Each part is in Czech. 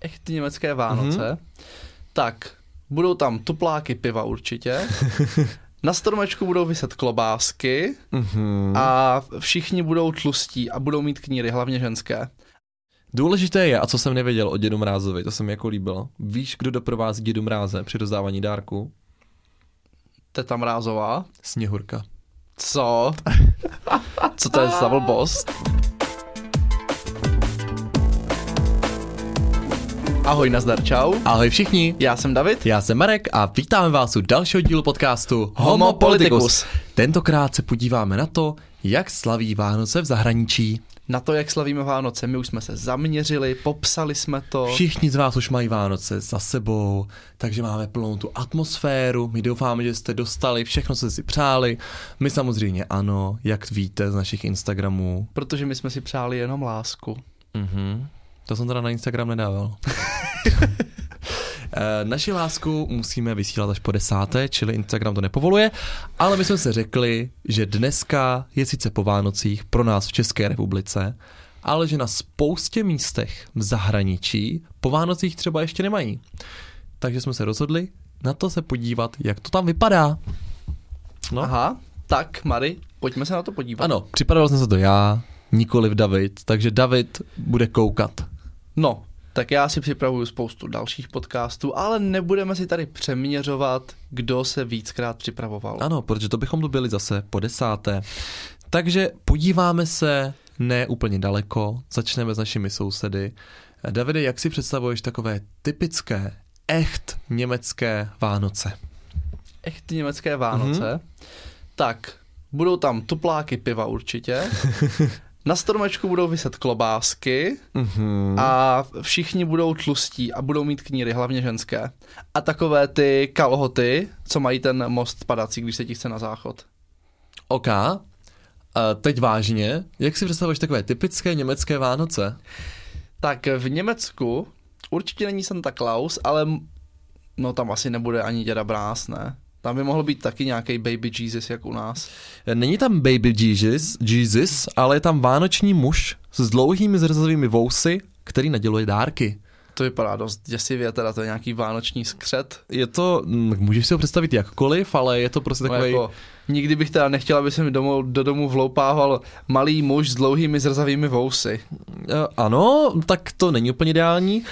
echt ty německé Vánoce, tak budou tam tupláky piva určitě. Na stromečku budou vyset klobásky Mm-hmm. Mhm. a všichni budou tlustí a budou mít kníry, hlavně ženské. Důležité je, a co jsem nevěděl o dědu Mrázovi, to se mi jako líbilo. Víš, kdo doprovází dědu Mráze při rozdávání dárku? Teta Mrázová. Sněhurka. Co? Co to je za blbost? Ahoj, nazdar, čau. Ahoj všichni, Já jsem David. já jsem Marek a vítáme vás u dalšího dílu podcastu Homo Politicus. Tentokrát se podíváme na to, jak slaví Vánoce v zahraničí. Na to, jak slavíme Vánoce, my už jsme se zaměřili, popsali jsme to. Všichni z vás už mají Vánoce za sebou, takže máme plnou tu atmosféru. My doufáme, že jste dostali všechno, co jste si přáli. My samozřejmě ano, jak víte z našich Instagramů. Protože my jsme si přáli jenom lásku. Mhm. To jsem teda na Instagram nedával. Eh, Naši lásku musíme vysílat až po desáté, čili Instagram to nepovoluje, ale my jsme se řekli, že dneska je sice po Vánocích pro nás v České republice, ale že na spoustě místech v zahraničí po Vánocích třeba ještě nemají. Takže jsme se rozhodli na to se podívat, jak to tam vypadá. No. Aha, tak Mary, pojďme se na to podívat. Ano, připadal jsem se to já, nikoliv David, takže David bude koukat. No, tak já si připravuju spoustu dalších podcastů, ale nebudeme si tady přeměřovat, kdo se víckrát připravoval. Ano, protože to bychom tu byli zase po desáté. Takže podíváme se ne úplně daleko, začneme s našimi sousedy. Davide, jak si představuješ takové typické, echt německé Vánoce? Echt ty německé Mhm. Vánoce. Tak, budou tam tupláky piva určitě. Na stromečku budou vyset klobásky Mm-hmm. a všichni budou tlustí a budou mít kníry, hlavně ženské. A takové ty kalhoty, co mají ten most padací, když se ti chce na záchod. OK, Eh, teď vážně, jak si představuješ takové typické německé Vánoce? Tak v Německu určitě není Santa Claus, ale m- no tam asi nebude ani děda Brás, ne? Tam by mohl být taky nějaký baby Jesus, jak u nás. Není tam Baby Jesus, Jesus ale je tam vánoční muž s dlouhými zrzavými vousy, který naděluje dárky. To vypadá dost děsivě, teda to je nějaký vánoční skřet. Je to, mm, můžeš si ho představit jakkoliv, ale je to prostě Takový... takový... Jako, nikdy bych teda nechtěl, aby se mi domů, do domu vloupával malý muž s dlouhými zrzavými vousy. Eh, Ano, tak to není úplně ideální.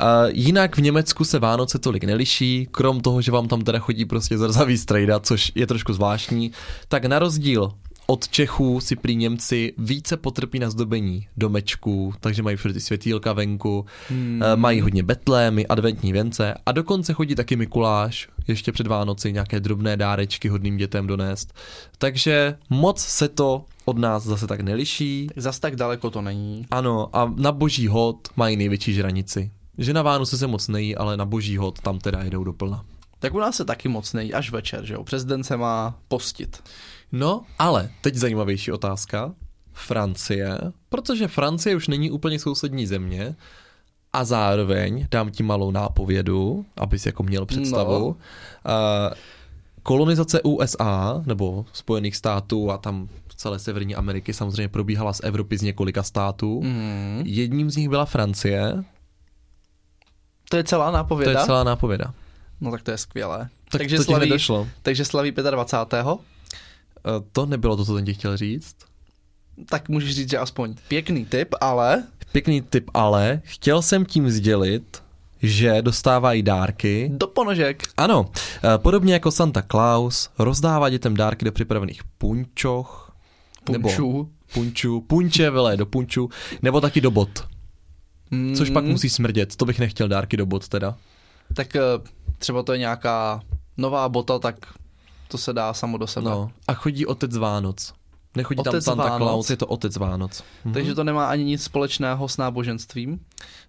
Eh, Jinak v Německu se Vánoce tolik neliší, krom toho, že vám tam teda chodí prostě zrzavý strejda, což je trošku zvláštní. Tak na rozdíl od Čechů si prý Němci více potrpí na zdobení domečků, takže mají všude ty světýlka venku, hmm. mají hodně betlémy, adventní věnce a dokonce chodí taky Mikuláš, ještě před Vánoci nějaké drobné dárečky hodným dětem donést. Takže moc se to od nás zase tak neliší. Tak zas tak daleko to není. Ano, a na boží hod mají největší žranici. Že na Vánoce se moc nejí, ale na boží hod tam teda jedou doplna. Tak u nás se taky moc nejí, až večer, že jo? Přes den se má postit. No, ale teď zajímavější otázka. Francie, protože Francie už není úplně sousední země a zároveň dám ti malou nápovědu, abys jako měl představu. No. No. kolonizace USA nebo Spojených států a tam celé Severní Ameriky samozřejmě probíhala z Evropy z několika států. Mm. Mm. Jedním z nich byla Francie. To je celá To nápověda? je celá nápověda. No tak to je skvělé. Tak takže, to ti slaví, nedošlo. takže slaví 25. Eh, To nebylo to, co jsem ti chtěl říct. tak můžeš říct, že aspoň pěkný tip, ale Pěkný tip, ale chtěl jsem tím sdělit, že dostávají dárky. do ponožek. Ano, eh, podobně jako Santa Claus, rozdává dětem dárky do připravených punčoch. Nebo Punčů. punčů, punče vyle do punčů, nebo taky do bot, Mm, což pak musí smrdět, to bych nechtěl dárky do bot teda. Tak eh, třeba to je nějaká nová bota, tak to se dá samo do sebe. No. No, a chodí otec Vánoc. Nechodí tam Otec Santa Vánoc. Claus, je to otec Vánoc. Mhm. Takže to nemá ani nic společného s náboženstvím.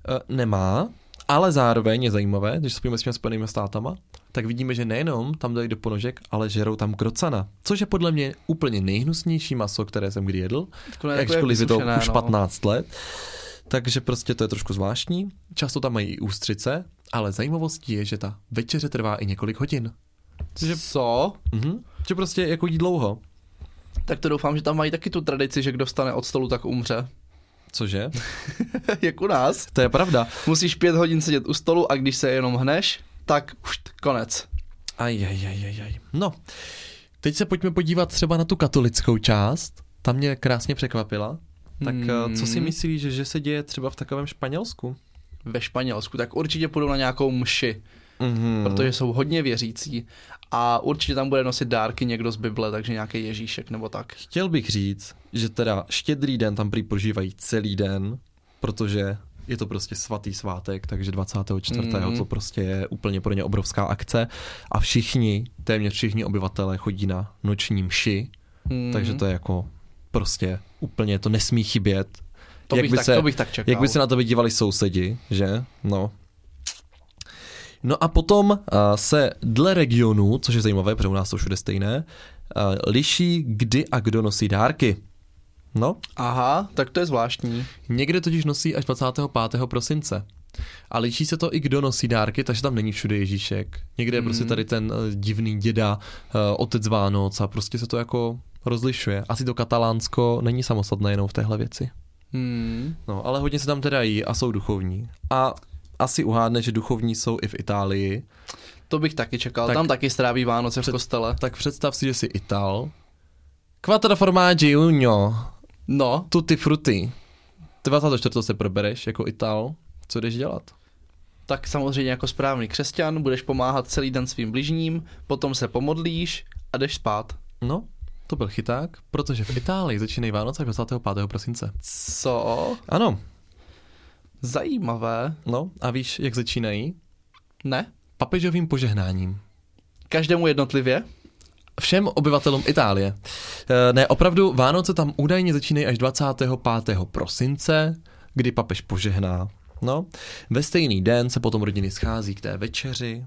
Eh, nemá, ale zároveň je zajímavé, když spojíme s těmi spojenými státama, tak vidíme, že nejenom tam dají do ponožek, ale žerou tam krocana, což je podle mě úplně nejhnusnější maso, které jsem kdy jedl, Takové jako jak jakkoliv je to vysušené, už no. 15 let. Takže prostě to je trošku zvláštní. Často tam mají i ústřice, ale zajímavostí je, že ta večeře trvá i několik hodin. Že, Co? mhm, že prostě jako jí dlouho. Tak to doufám, že tam mají taky tu tradici, že kdo vstane od stolu, tak umře. Cože? jak u nás. To je pravda. Musíš pět hodin sedět u stolu a když se jenom hneš, tak už konec. Aj, aj, aj, aj, aj. No, teď se pojďme podívat třeba na tu katolickou část. Ta mě krásně překvapila. Tak Hmm. hmm. co si myslíš, že se děje třeba v takovém Španělsku? Ve Španělsku, tak určitě půjdou na nějakou mši, Mm-hmm. protože jsou hodně věřící a určitě tam bude nosit dárky někdo z Bible, takže nějaký Ježíšek nebo tak. Chtěl bych říct, že teda štědrý den tam prý prožívají celý den, protože je to prostě svatý svátek, takže 24. Mhm. Mm. to prostě je úplně pro ně obrovská akce a všichni, téměř všichni obyvatelé chodí na noční mši, Mm. mm. takže to je jako prostě úplně to nesmí chybět. to, bych by tak, se- to bych tak čekal. jak by se na tebe dívali sousedi, že? No. No a potom uh, se dle regionu, což je zajímavé, protože u nás to všude stejné, uh, liší, kdy a kdo nosí dárky. No, Aha, tak to je zvláštní. někde totiž nosí až 25. prosince. A liší se to i kdo nosí dárky, takže tam není všude Ježíšek. Někde je prostě Mhm. tady ten eh, divný děda, eh, otec Vánoc a prostě se to jako rozlišuje. Asi to katalánsko není samostatné jenom v téhle věci. Hmm. No, ale hodně se tam teda jí a jsou duchovní. A asi uhádne, že duchovní jsou i v Itálii. To bych taky čekal. Tak Tak- tam taky stráví Vánoce v Před- kostele. Tak představ si, že jsi Ital. Quattro formaggi uno, No, tutti frutti. 24. se probereš jako Ital. Co jdeš dělat? tak samozřejmě jako správný křesťan budeš pomáhat celý den svým bližním, potom se pomodlíš a jdeš spát. No, to byl chyták, protože v Itálii začínají Vánoce 25. prosince. Co? Ano, Zajímavé. no a víš, jak začínají? Ne? Papežovým požehnáním. Každému jednotlivě? Všem obyvatelům Itálie. E, Ne, opravdu, Vánoce tam údajně začínají až 25. prosince, kdy papež požehná. No, ve stejný den se potom rodiny schází k té večeři,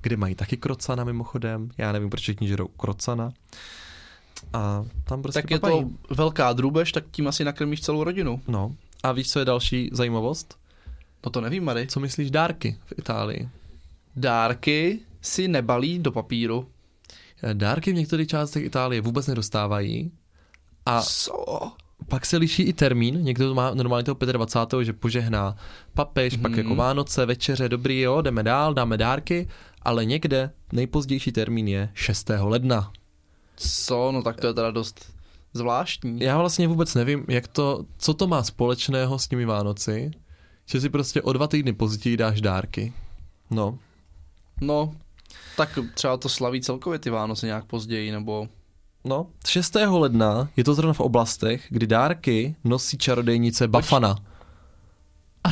kde mají taky krocana mimochodem. Já nevím, proč všichni žerou krocana. A tam prostě tak je papají. to velká drůbež, tak tím asi nakrmíš celou rodinu. No, a víš, co je další zajímavost? No to nevím, Mary. Co myslíš dárky v Itálii? Dárky si nebalí do papíru. E, Dárky v některých částech Itálie vůbec nedostávají. A Co? Pak se liší i termín, někdo má normálně toho 25. že požehná papež, mm. pak Mhm. jako Vánoce, večeře, dobrý, jo, jdeme dál, dáme dárky, ale někde nejpozdější termín je 6. ledna. Co? No tak to je teda dost zvláštní. Já vlastně vůbec nevím, jak to, co to má společného s těmi Vánoci, že si prostě o dva týdny později dáš dárky. No, No, tak třeba to slaví celkově ty Vánoce nějak později, nebo... no, 6. ledna je to zrovna v oblastech, kdy dárky nosí čarodejnice Bafana.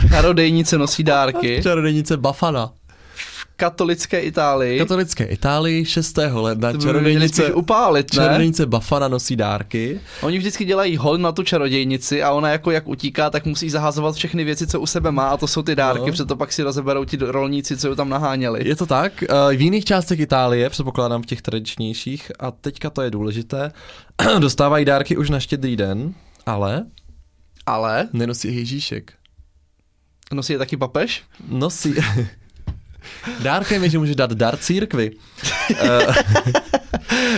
Čarodejnice nosí dárky. Čarodejnice Bafana. V katolické Itálii. Katolické Itálii 6. ledna To by měli čarodejnice spíš upálit, ne? Čarodějnice Bafana nosí dárky. Oni vždycky dělají hol na tu čarodějnici a ona jako jak utíká, tak musí zahazovat všechny věci, co u sebe má a to jsou ty dárky, no. No. proto pak si rozeberou ti rolníci, co ju tam naháněli. Je to tak. eh, V jiných částech Itálie, předpokládám v těch tradičnějších, a teďka to je důležité, dostávají dárky už na štědrý den, ale Ale nenosí je Ježíšek. nosí je taky papež? Nosí... Dárkem je, že může dát dar církvi. Eh,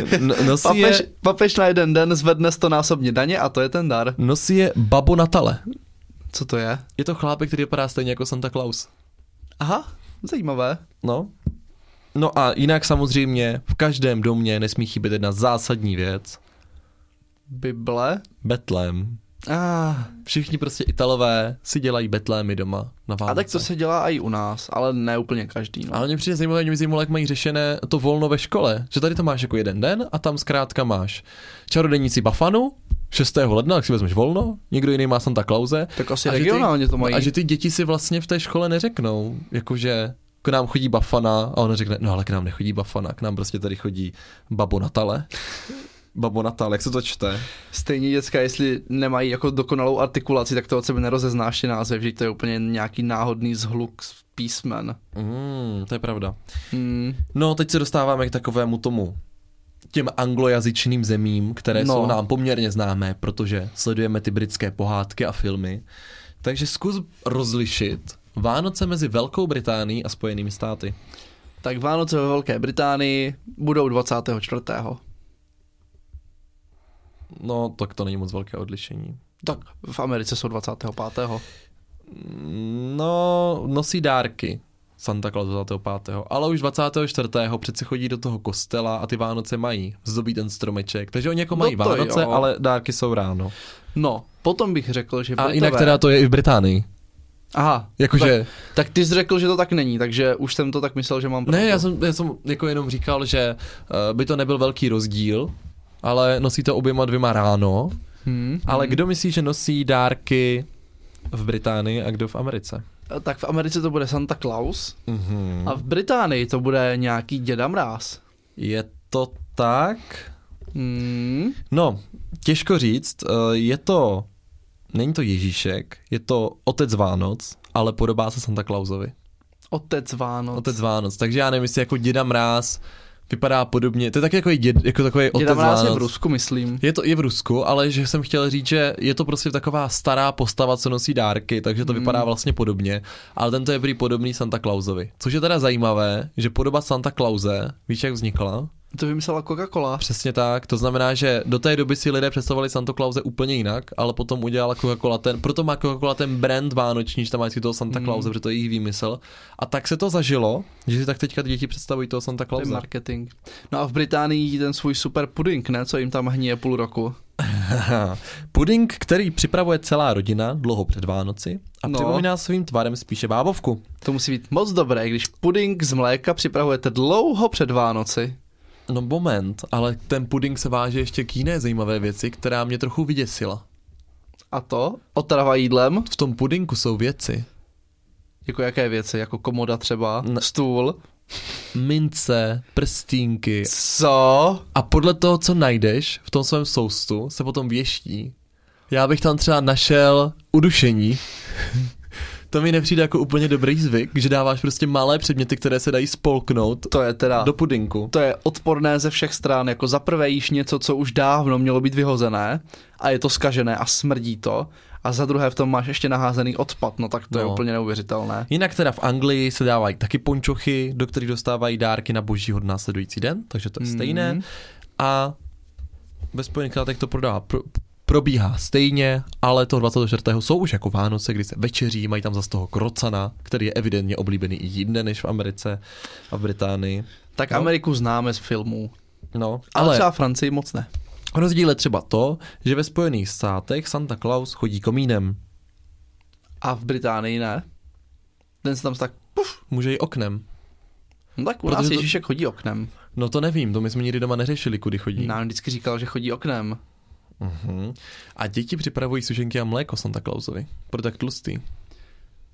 n- nosí, Papež, je, je... papež na jeden den zvedne 100 násobně daně a to je ten dar. nosí je Babo Natale. Co to je? Je to chlápek, který vypadá stejně jako Santa Claus. Aha, zajímavé. No. No a jinak samozřejmě v každém domě nesmí chybět jedna zásadní věc. Bible. Betlém. Ah, Všichni prostě Italové si dělají betlémy doma na Vánoce. a tak to se dělá i u nás, ale ne úplně každý. No. Ale mě přijde zajímavé, mě by zajímalo, jak mají řešené to volno ve škole. Že tady to máš jako jeden den a tam zkrátka máš čarodějnici Bafanu, 6. ledna, jak si vezmeš volno, někdo jiný má Santa Clause. Tak asi A že ty- regionálně to mají. A že ty děti si vlastně v té škole neřeknou, jakože k nám chodí Bafana a ona řekne, no ale k nám nechodí Bafana, k nám prostě tady chodí Babo Natale. Babo Natale, jak se to čte? Stejně děcka, jestli nemají jako dokonalou artikulaci, tak to od sebe nerozeznáš ty názvy, že to je úplně nějaký náhodný zhluk z písmen. Mm, to je pravda. Mm. No, teď se dostáváme k takovému tomu těm anglojazyčným zemím, které No. no. jsou nám poměrně známé, protože sledujeme ty britské pohádky a filmy. Takže zkus rozlišit Vánoce mezi Velkou Británií a Spojenými státy. Tak Vánoce ve Velké Británii budou 24. No, tak to není moc velké odlišení. Tak v Americe jsou 25. No, nosí dárky. Santa Claus 25. Ale už 24. přece chodí do toho kostela a ty Vánoce mají. Zdobí ten stromeček. Takže oni jako No mají to Vánoce, jo. ale dárky jsou ráno. No, potom bych řekl, že A Britové- jinak teda to je i v Británii. Aha, Jakože... tak, tak ty jsi řekl, že to tak není, takže už jsem to tak myslel, že mám Ne, já jsem, já jsem jako jenom říkal, že eh, by to nebyl velký rozdíl, ale nosí to oběma dvěma ráno. Hm. Ale kdo myslí, že nosí dárky v Británii a kdo v Americe? Tak v Americe to bude Santa Claus Mm-hmm. a v Británii to bude nějaký děda mráz. Je to tak? Hmm. No, těžko říct, eh, je to, není to Ježíšek, je to Otec Vánoc, ale podobá se Santa Clausovi. Otec Vánoc. Otec Vánoc, takže já nevím, jestli jako Děda Mráz vypadá podobně, to je taky jako, děd, jako takový děda Otec mráz je v Vánoc. Rusku, myslím. je to i v Rusku, ale že jsem chtěl říct, že je to prostě taková stará postava, co nosí dárky, takže Hmm. to vypadá vlastně podobně. Ale tento je prý podobný Santa Clausovi. Což je teda zajímavé, že podoba Santa Clause, víš jak vznikla? To vymyslela Coca-Cola. Přesně tak, to znamená, že do té doby si lidé představovali Santa Clause úplně jinak, ale potom udělala Coca-Cola ten, proto má Coca-Cola ten brand vánoční, že tam má vždycky toho Hmm. Santa Clause, protože to je jejich výmysl. A tak se to zažilo, že si tak teďka ty děti představují toho Santa To je Clause. marketing. No a v Británii jí ten svůj super puding, ne? Co jim tam hníje půl roku. Puding, který připravuje celá rodina dlouho před Vánoci a No. no. připomíná svým tvarem spíše bábovku. To musí být moc dobré, když puding z mléka připravujete dlouho před Vánoci. No moment, ale ten puding se váže ještě k jiné zajímavé věci, která mě trochu vyděsila. A to otrava jídlem, V tom pudinku jsou věci. jako jaké věci, jako komoda třeba, Ne. stůl. Mince, prstínky, Co? A podle toho, co najdeš v tom svém soustu, se potom věští. Já bych tam třeba našel udušení. to mi nepřijde jako úplně dobrý zvyk, že dáváš prostě malé předměty, které se dají spolknout To je teda... do pudinku. To je odporné ze všech stran, jako za prvé jíš něco, co už dávno mělo být vyhozené a je to skažené a smrdí to a za druhé v tom máš ještě naházený odpad, no tak to no. je No. úplně neuvěřitelné. Jinak teda v Anglii se dávají taky pončochy, do kterých dostávají dárky na božího následující den, takže to je Mm. stejné. A ve Spojených státech to prodá, pro, probíhá stejně, ale toho 24. jsou už jako Vánoce, kdy se večeří, mají tam zase toho krocana, který je evidentně oblíbený i jinde než v Americe a v Británii. Tak No. Ameriku známe z filmů, No, ale, ale ale třeba Francii moc ne. rozdíl je třeba to, že ve Spojených státech Santa Claus chodí komínem, A v Británii ne. Ten se tam tak, puf, může i oknem. no tak u Protože nás to- Ježíšek chodí oknem. No to nevím, to my jsme nikdy doma neřešili, kudy chodí. Nám vždycky říkal, že chodí oknem. Mhm. A děti připravují sušenky a mléko Santa Clausovi, proto tak tlustý.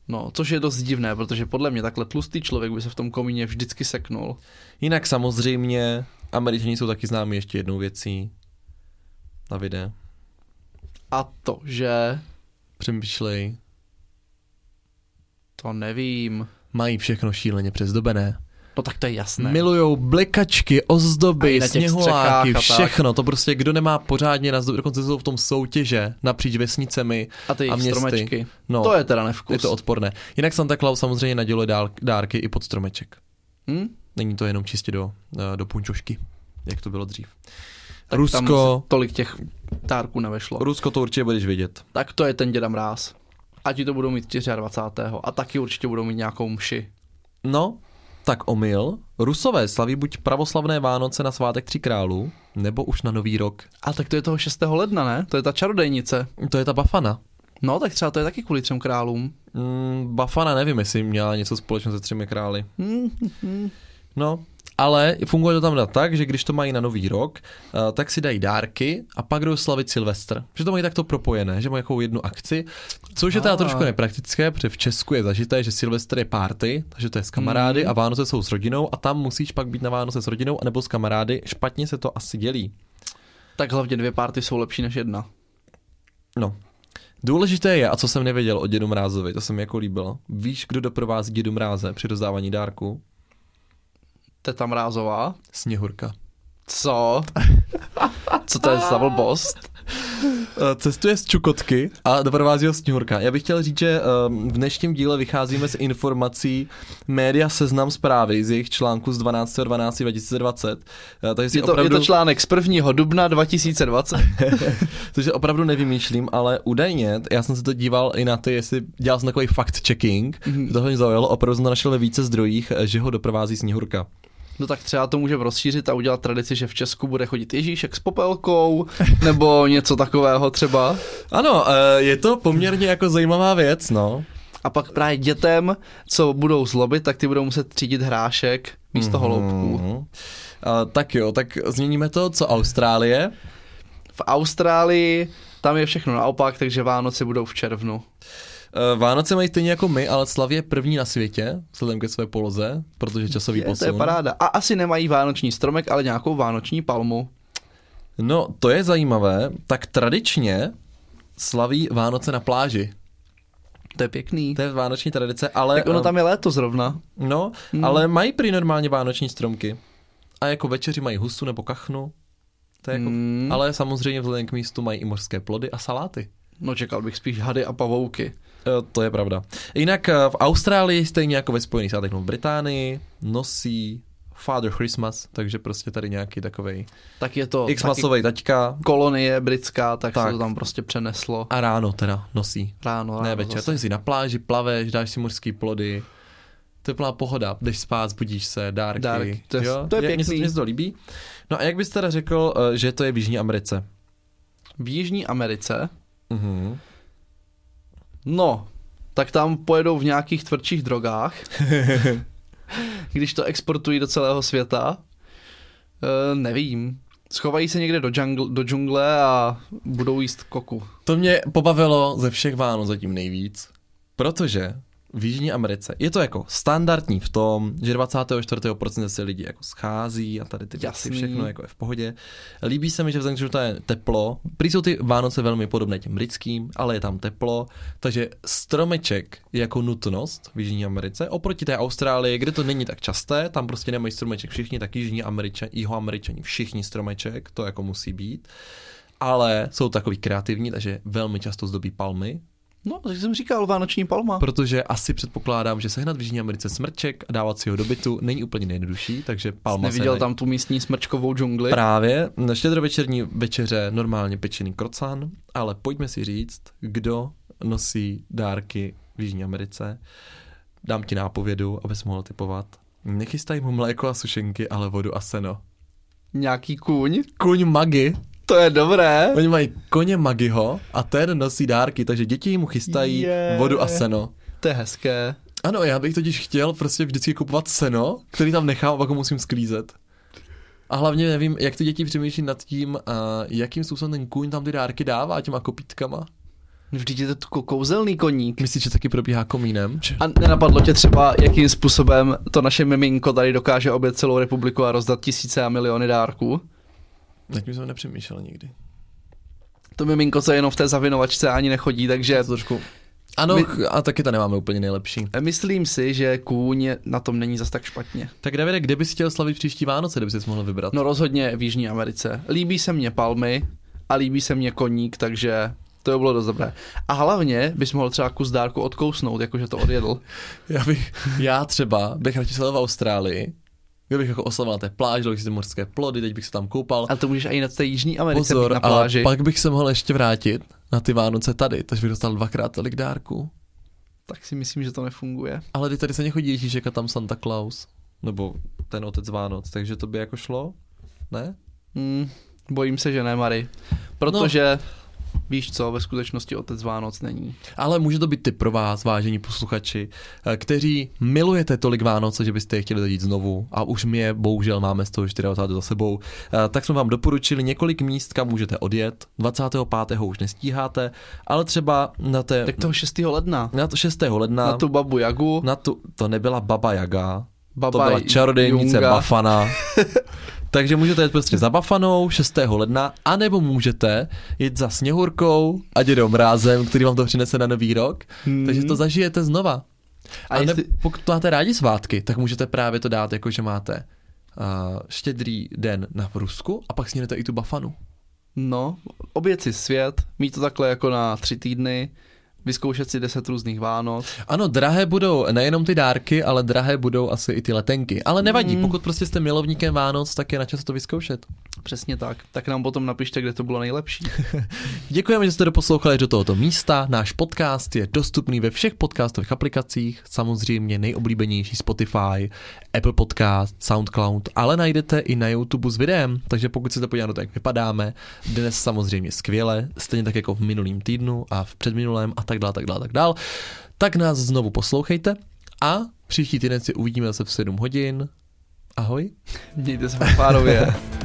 No, což je dost divné, protože podle mě takhle tlustý člověk by se v tom komíně vždycky seknul. Jinak samozřejmě, američani jsou taky známi ještě jednou věcí. Davide, A to, že přemýšlej, to nevím. mají všechno šíleně přezdobené. No tak to je jasné. Ne. Milujou blikačky, ozdoby, A i na těch střechách sněhuláky, a tak. všechno. To prostě, kdo nemá pořádně nazdobit, dokonce jsou v tom soutěže napříč vesnicemi. A ty a jejich městy. stromečky. No, To je teda nevkus. je to odporné. Jinak Santa Claus samozřejmě naděluje dál, dárky i pod stromeček. hm? Není to jenom čistě do, eh, do punčošky, jak to bylo dřív. Tak Rusko, Tam se tolik těch tárků nevešlo. Rusko to určitě budeš vidět. Tak to je ten děda mráz. A ti to budou mít 24. A taky určitě budou mít nějakou mši. No, tak omyl. Rusové slaví buď pravoslavné Vánoce na svátek tří králů, nebo už na nový rok. A tak to je toho 6. ledna, ne? To je ta čarodejnice. To je ta bafana. No, tak třeba to je taky kvůli třem králům. Mm, bafana nevím, jestli měla něco společného se třemi krály. Hm, hm. No, ale funguje to tam na tak, že když to mají na nový rok, eh, tak si dají dárky a pak jdou slavit Silvestr. Že to mají takto propojené, že mají jako jednu akci, což je teda Ah. trošku nepraktické, protože v Česku je zažité, že Silvestr je party, takže to je s kamarády a Vánoce jsou s rodinou a tam musíš pak být na Vánoce s rodinou anebo s kamarády, špatně se to asi dělí. Tak hlavně dvě párty jsou lepší než jedna. No. Důležité je, a co jsem nevěděl o dědu Mrázovi, to se mi jako líbilo. Víš, kdo doprovází dědu Mráze při rozdávání dárku? Teta Mrázová. Sněhurka. Co? Co to je za blbost? Eh, Cestuje z Čukotky a doprovází ho sněhurka. Já bych chtěl říct, že ehm, v dnešním díle vycházíme z informací média Seznam zprávy z jejich článku z 12.12.2020. Eh, Takže si Je to, opravdu, je to článek z 1. dubna 2020. což opravdu nevymýšlím, ale údajně, já jsem se to díval i na ty, jestli dělal jsem takový fact checking, mm-hmm. Mhm. to mě zaujalo, opravdu jsem to našel ve více zdrojích, eh, že ho doprovází sněhurka. No tak třeba to můžeme rozšířit a udělat tradici, že v Česku bude chodit Ježíšek s popelkou, nebo něco takového třeba. Ano, eh, je to poměrně jako zajímavá věc, no. A pak právě dětem, co budou zlobit, tak ty budou muset třídit hrášek místo mm-hmm. holoubků. Mhm. Eh, Tak jo, tak změníme to, co Austrálie. V Austrálii tam je všechno naopak, takže Vánoce budou v červnu. Eh, Vánoce mají stejně jako my, ale Slav je první na světě, vzhledem ke své poloze, protože časový Je, to posun. je paráda. A asi nemají vánoční stromek, ale nějakou vánoční palmu. No, to je zajímavé. Tak tradičně slaví Vánoce na pláži. To je pěkný. To je vánoční tradice, ale... Tak ono tam eh, je léto zrovna. No, Hmm. ale mají prý normálně vánoční stromky. A jako večeři mají husu nebo kachnu. To je jako... Hmm. Ale samozřejmě vzhledem k místu mají i mořské plody a saláty. No čekal bych spíš hady a pavouky. Eh, To je pravda. Jinak eh, v Austrálii, stejně jako ve Spojených státech nebo v Británii, nosí Father Christmas, takže prostě tady nějaký takovej Tak je to x taky masovej taťka kolonie britská, tak, tak se Tak. to tam prostě přeneslo. a ráno teda nosí. Ráno, ráno ne večer, zase. to je si na pláži, plaveš, dáš si mořský plody. To je plná pohoda, jdeš spát, budíš se, dárky. Dárky, to je- jo? to je Mně se- pěkný. Mně se to líbí. No a jak byste teda řekl, eh, že to je v Jižní Americe? V Jižní Americe, Mhm. no, tak tam pojedou v nějakých tvrdších drogách, když to exportují do celého světa. E, nevím. Schovají se někde do, džungl, do džungle a budou jíst koku. To mě pobavilo ze všech Vánoc zatím nejvíc, protože v Jižní Americe je to jako standardní v tom, že 24. se lidi jako schází a tady ty věci Jasný. všechno jako je v pohodě. Líbí se mi, že vzhledem k tomu, že to je teplo, prý jsou ty Vánoce velmi podobné těm britským, ale je tam teplo, takže stromeček je jako nutnost v Jižní Americe, oproti té Austrálii, kde to není tak časté, tam prostě nemají stromeček všichni, tak Jižní Američani, Jihoameričani, všichni stromeček, to jako musí být ale jsou takový kreativní, takže velmi často zdobí palmy, No, jak jsem říkal, Vánoční palma. protože asi předpokládám, že sehnat v Jižní Americe smrček a dávat si ho do bytu není úplně nejjednodušší, takže palma se Neviděl naj- tam tu místní smrčkovou džungli. Právě, na štědrovečerní večeře normálně pečený krocán, ale pojďme si říct, kdo nosí dárky v Jižní Americe. Dám ti nápovědu, abys mohl typovat. Nechystají mu mléko a sušenky, ale vodu a seno. Nějaký kůň. Kuň Magi To je dobré. Oni mají koně Magiho a ten nosí dárky, takže děti mu chystají Je. yeah. vodu a seno. To je hezké. Ano, já bych totiž chtěl prostě vždycky kupovat seno, který tam nechám a pak ho musím sklízet. A hlavně nevím, jak ty děti přemýšlí nad tím, a jakým způsobem ten kůň tam ty dárky dává těma kopítkama. Vždyť je to tu- kouzelný koník. Myslíš, že taky probíhá komínem? A nenapadlo tě třeba, jakým způsobem to naše miminko tady dokáže obět celou republiku a rozdat tisíce a miliony dárků? Nad tím jsem nepřemýšlel nikdy. To miminko, co jenom v té zavinovačce ani nechodí, takže Je to trošku... Ano, My- My... a taky to nemáme úplně nejlepší. myslím si, že kůň na tom není zas tak špatně. Tak Davide, kde bys chtěl slavit příští Vánoce, kdyby ses mohl vybrat? No rozhodně v Jižní Americe. Líbí se mně palmy a líbí se mně koník, takže to by bylo dost dobré. A hlavně bys mohl třeba kus dárku odkousnout, jakože to odjedl. Já, bych, já třeba bych radši slavil v Austrálii, kde bych jako oslavoval na té pláži, dal bych si ty mořské plody, teď bych se tam koupal. A to můžeš i na té Jižní Americe být Pozor, na ale pláži. pak bych se mohl ještě vrátit na ty Vánoce tady, takže bych dostal dvakrát tolik dárků. Tak si myslím, že to nefunguje. Ale ty tady se nechodí Ježíšek a tam Santa Claus, nebo ten otec Vánoc, takže to by jako šlo, ne? Mm, bojím se, že ne, Mary. Protože no. víš co, ve skutečnosti otec Vánoc není. Ale může to být tip pro vás, vážení posluchači, eh, kteří milujete tolik Vánoce, že byste je chtěli zažít znovu a už my je bohužel máme z toho 24 za sebou, eh, tak jsme vám doporučili několik míst, kam můžete odjet. 25. už nestíháte, ale třeba na té... Tak toho 6. ledna. Na to 6. ledna, Na tu babu Jagu, na tu, to nebyla Baba Jaga, No, to baba byla čarodejnice Junga. Bafana. Takže můžete jet prostě za Bafanou 6. ledna, anebo můžete jít za Sněhurkou a dědou Mrázem, který vám to přinese na nový rok. Hmm. Hmm. Takže to zažijete znova. A A, a ne, jestli- pokud máte rádi svátky, tak můžete právě to dát, jako že máte uh, štědrý den na v Rusku a pak snědete i tu bafanu. No, obět si svět, mít to takhle jako na tři týdny, vyzkoušet si deset různých Vánoc. Ano, drahé budou nejenom ty dárky, ale drahé budou asi i ty letenky. Ale nevadí, Mm. pokud prostě jste milovníkem Vánoc, tak je na čas to vyzkoušet. Přesně tak. Tak nám potom napište, kde to bylo nejlepší. Děkujeme, že jste doposlouchali do tohoto místa. Náš podcast je dostupný ve všech podcastových aplikacích, samozřejmě nejoblíbenější Spotify, Apple Podcast, SoundCloud, ale najdete i na YouTube s videem, takže pokud chcete podívat na to, jak vypadáme, dnes samozřejmě skvěle, stejně tak jako v minulým týdnu a v předminulém a tak dále, tak dále, tak dále, tak nás znovu poslouchejte a příští týden si uvidíme zase v 7 hodin. Ahoj. Mějte se v párově.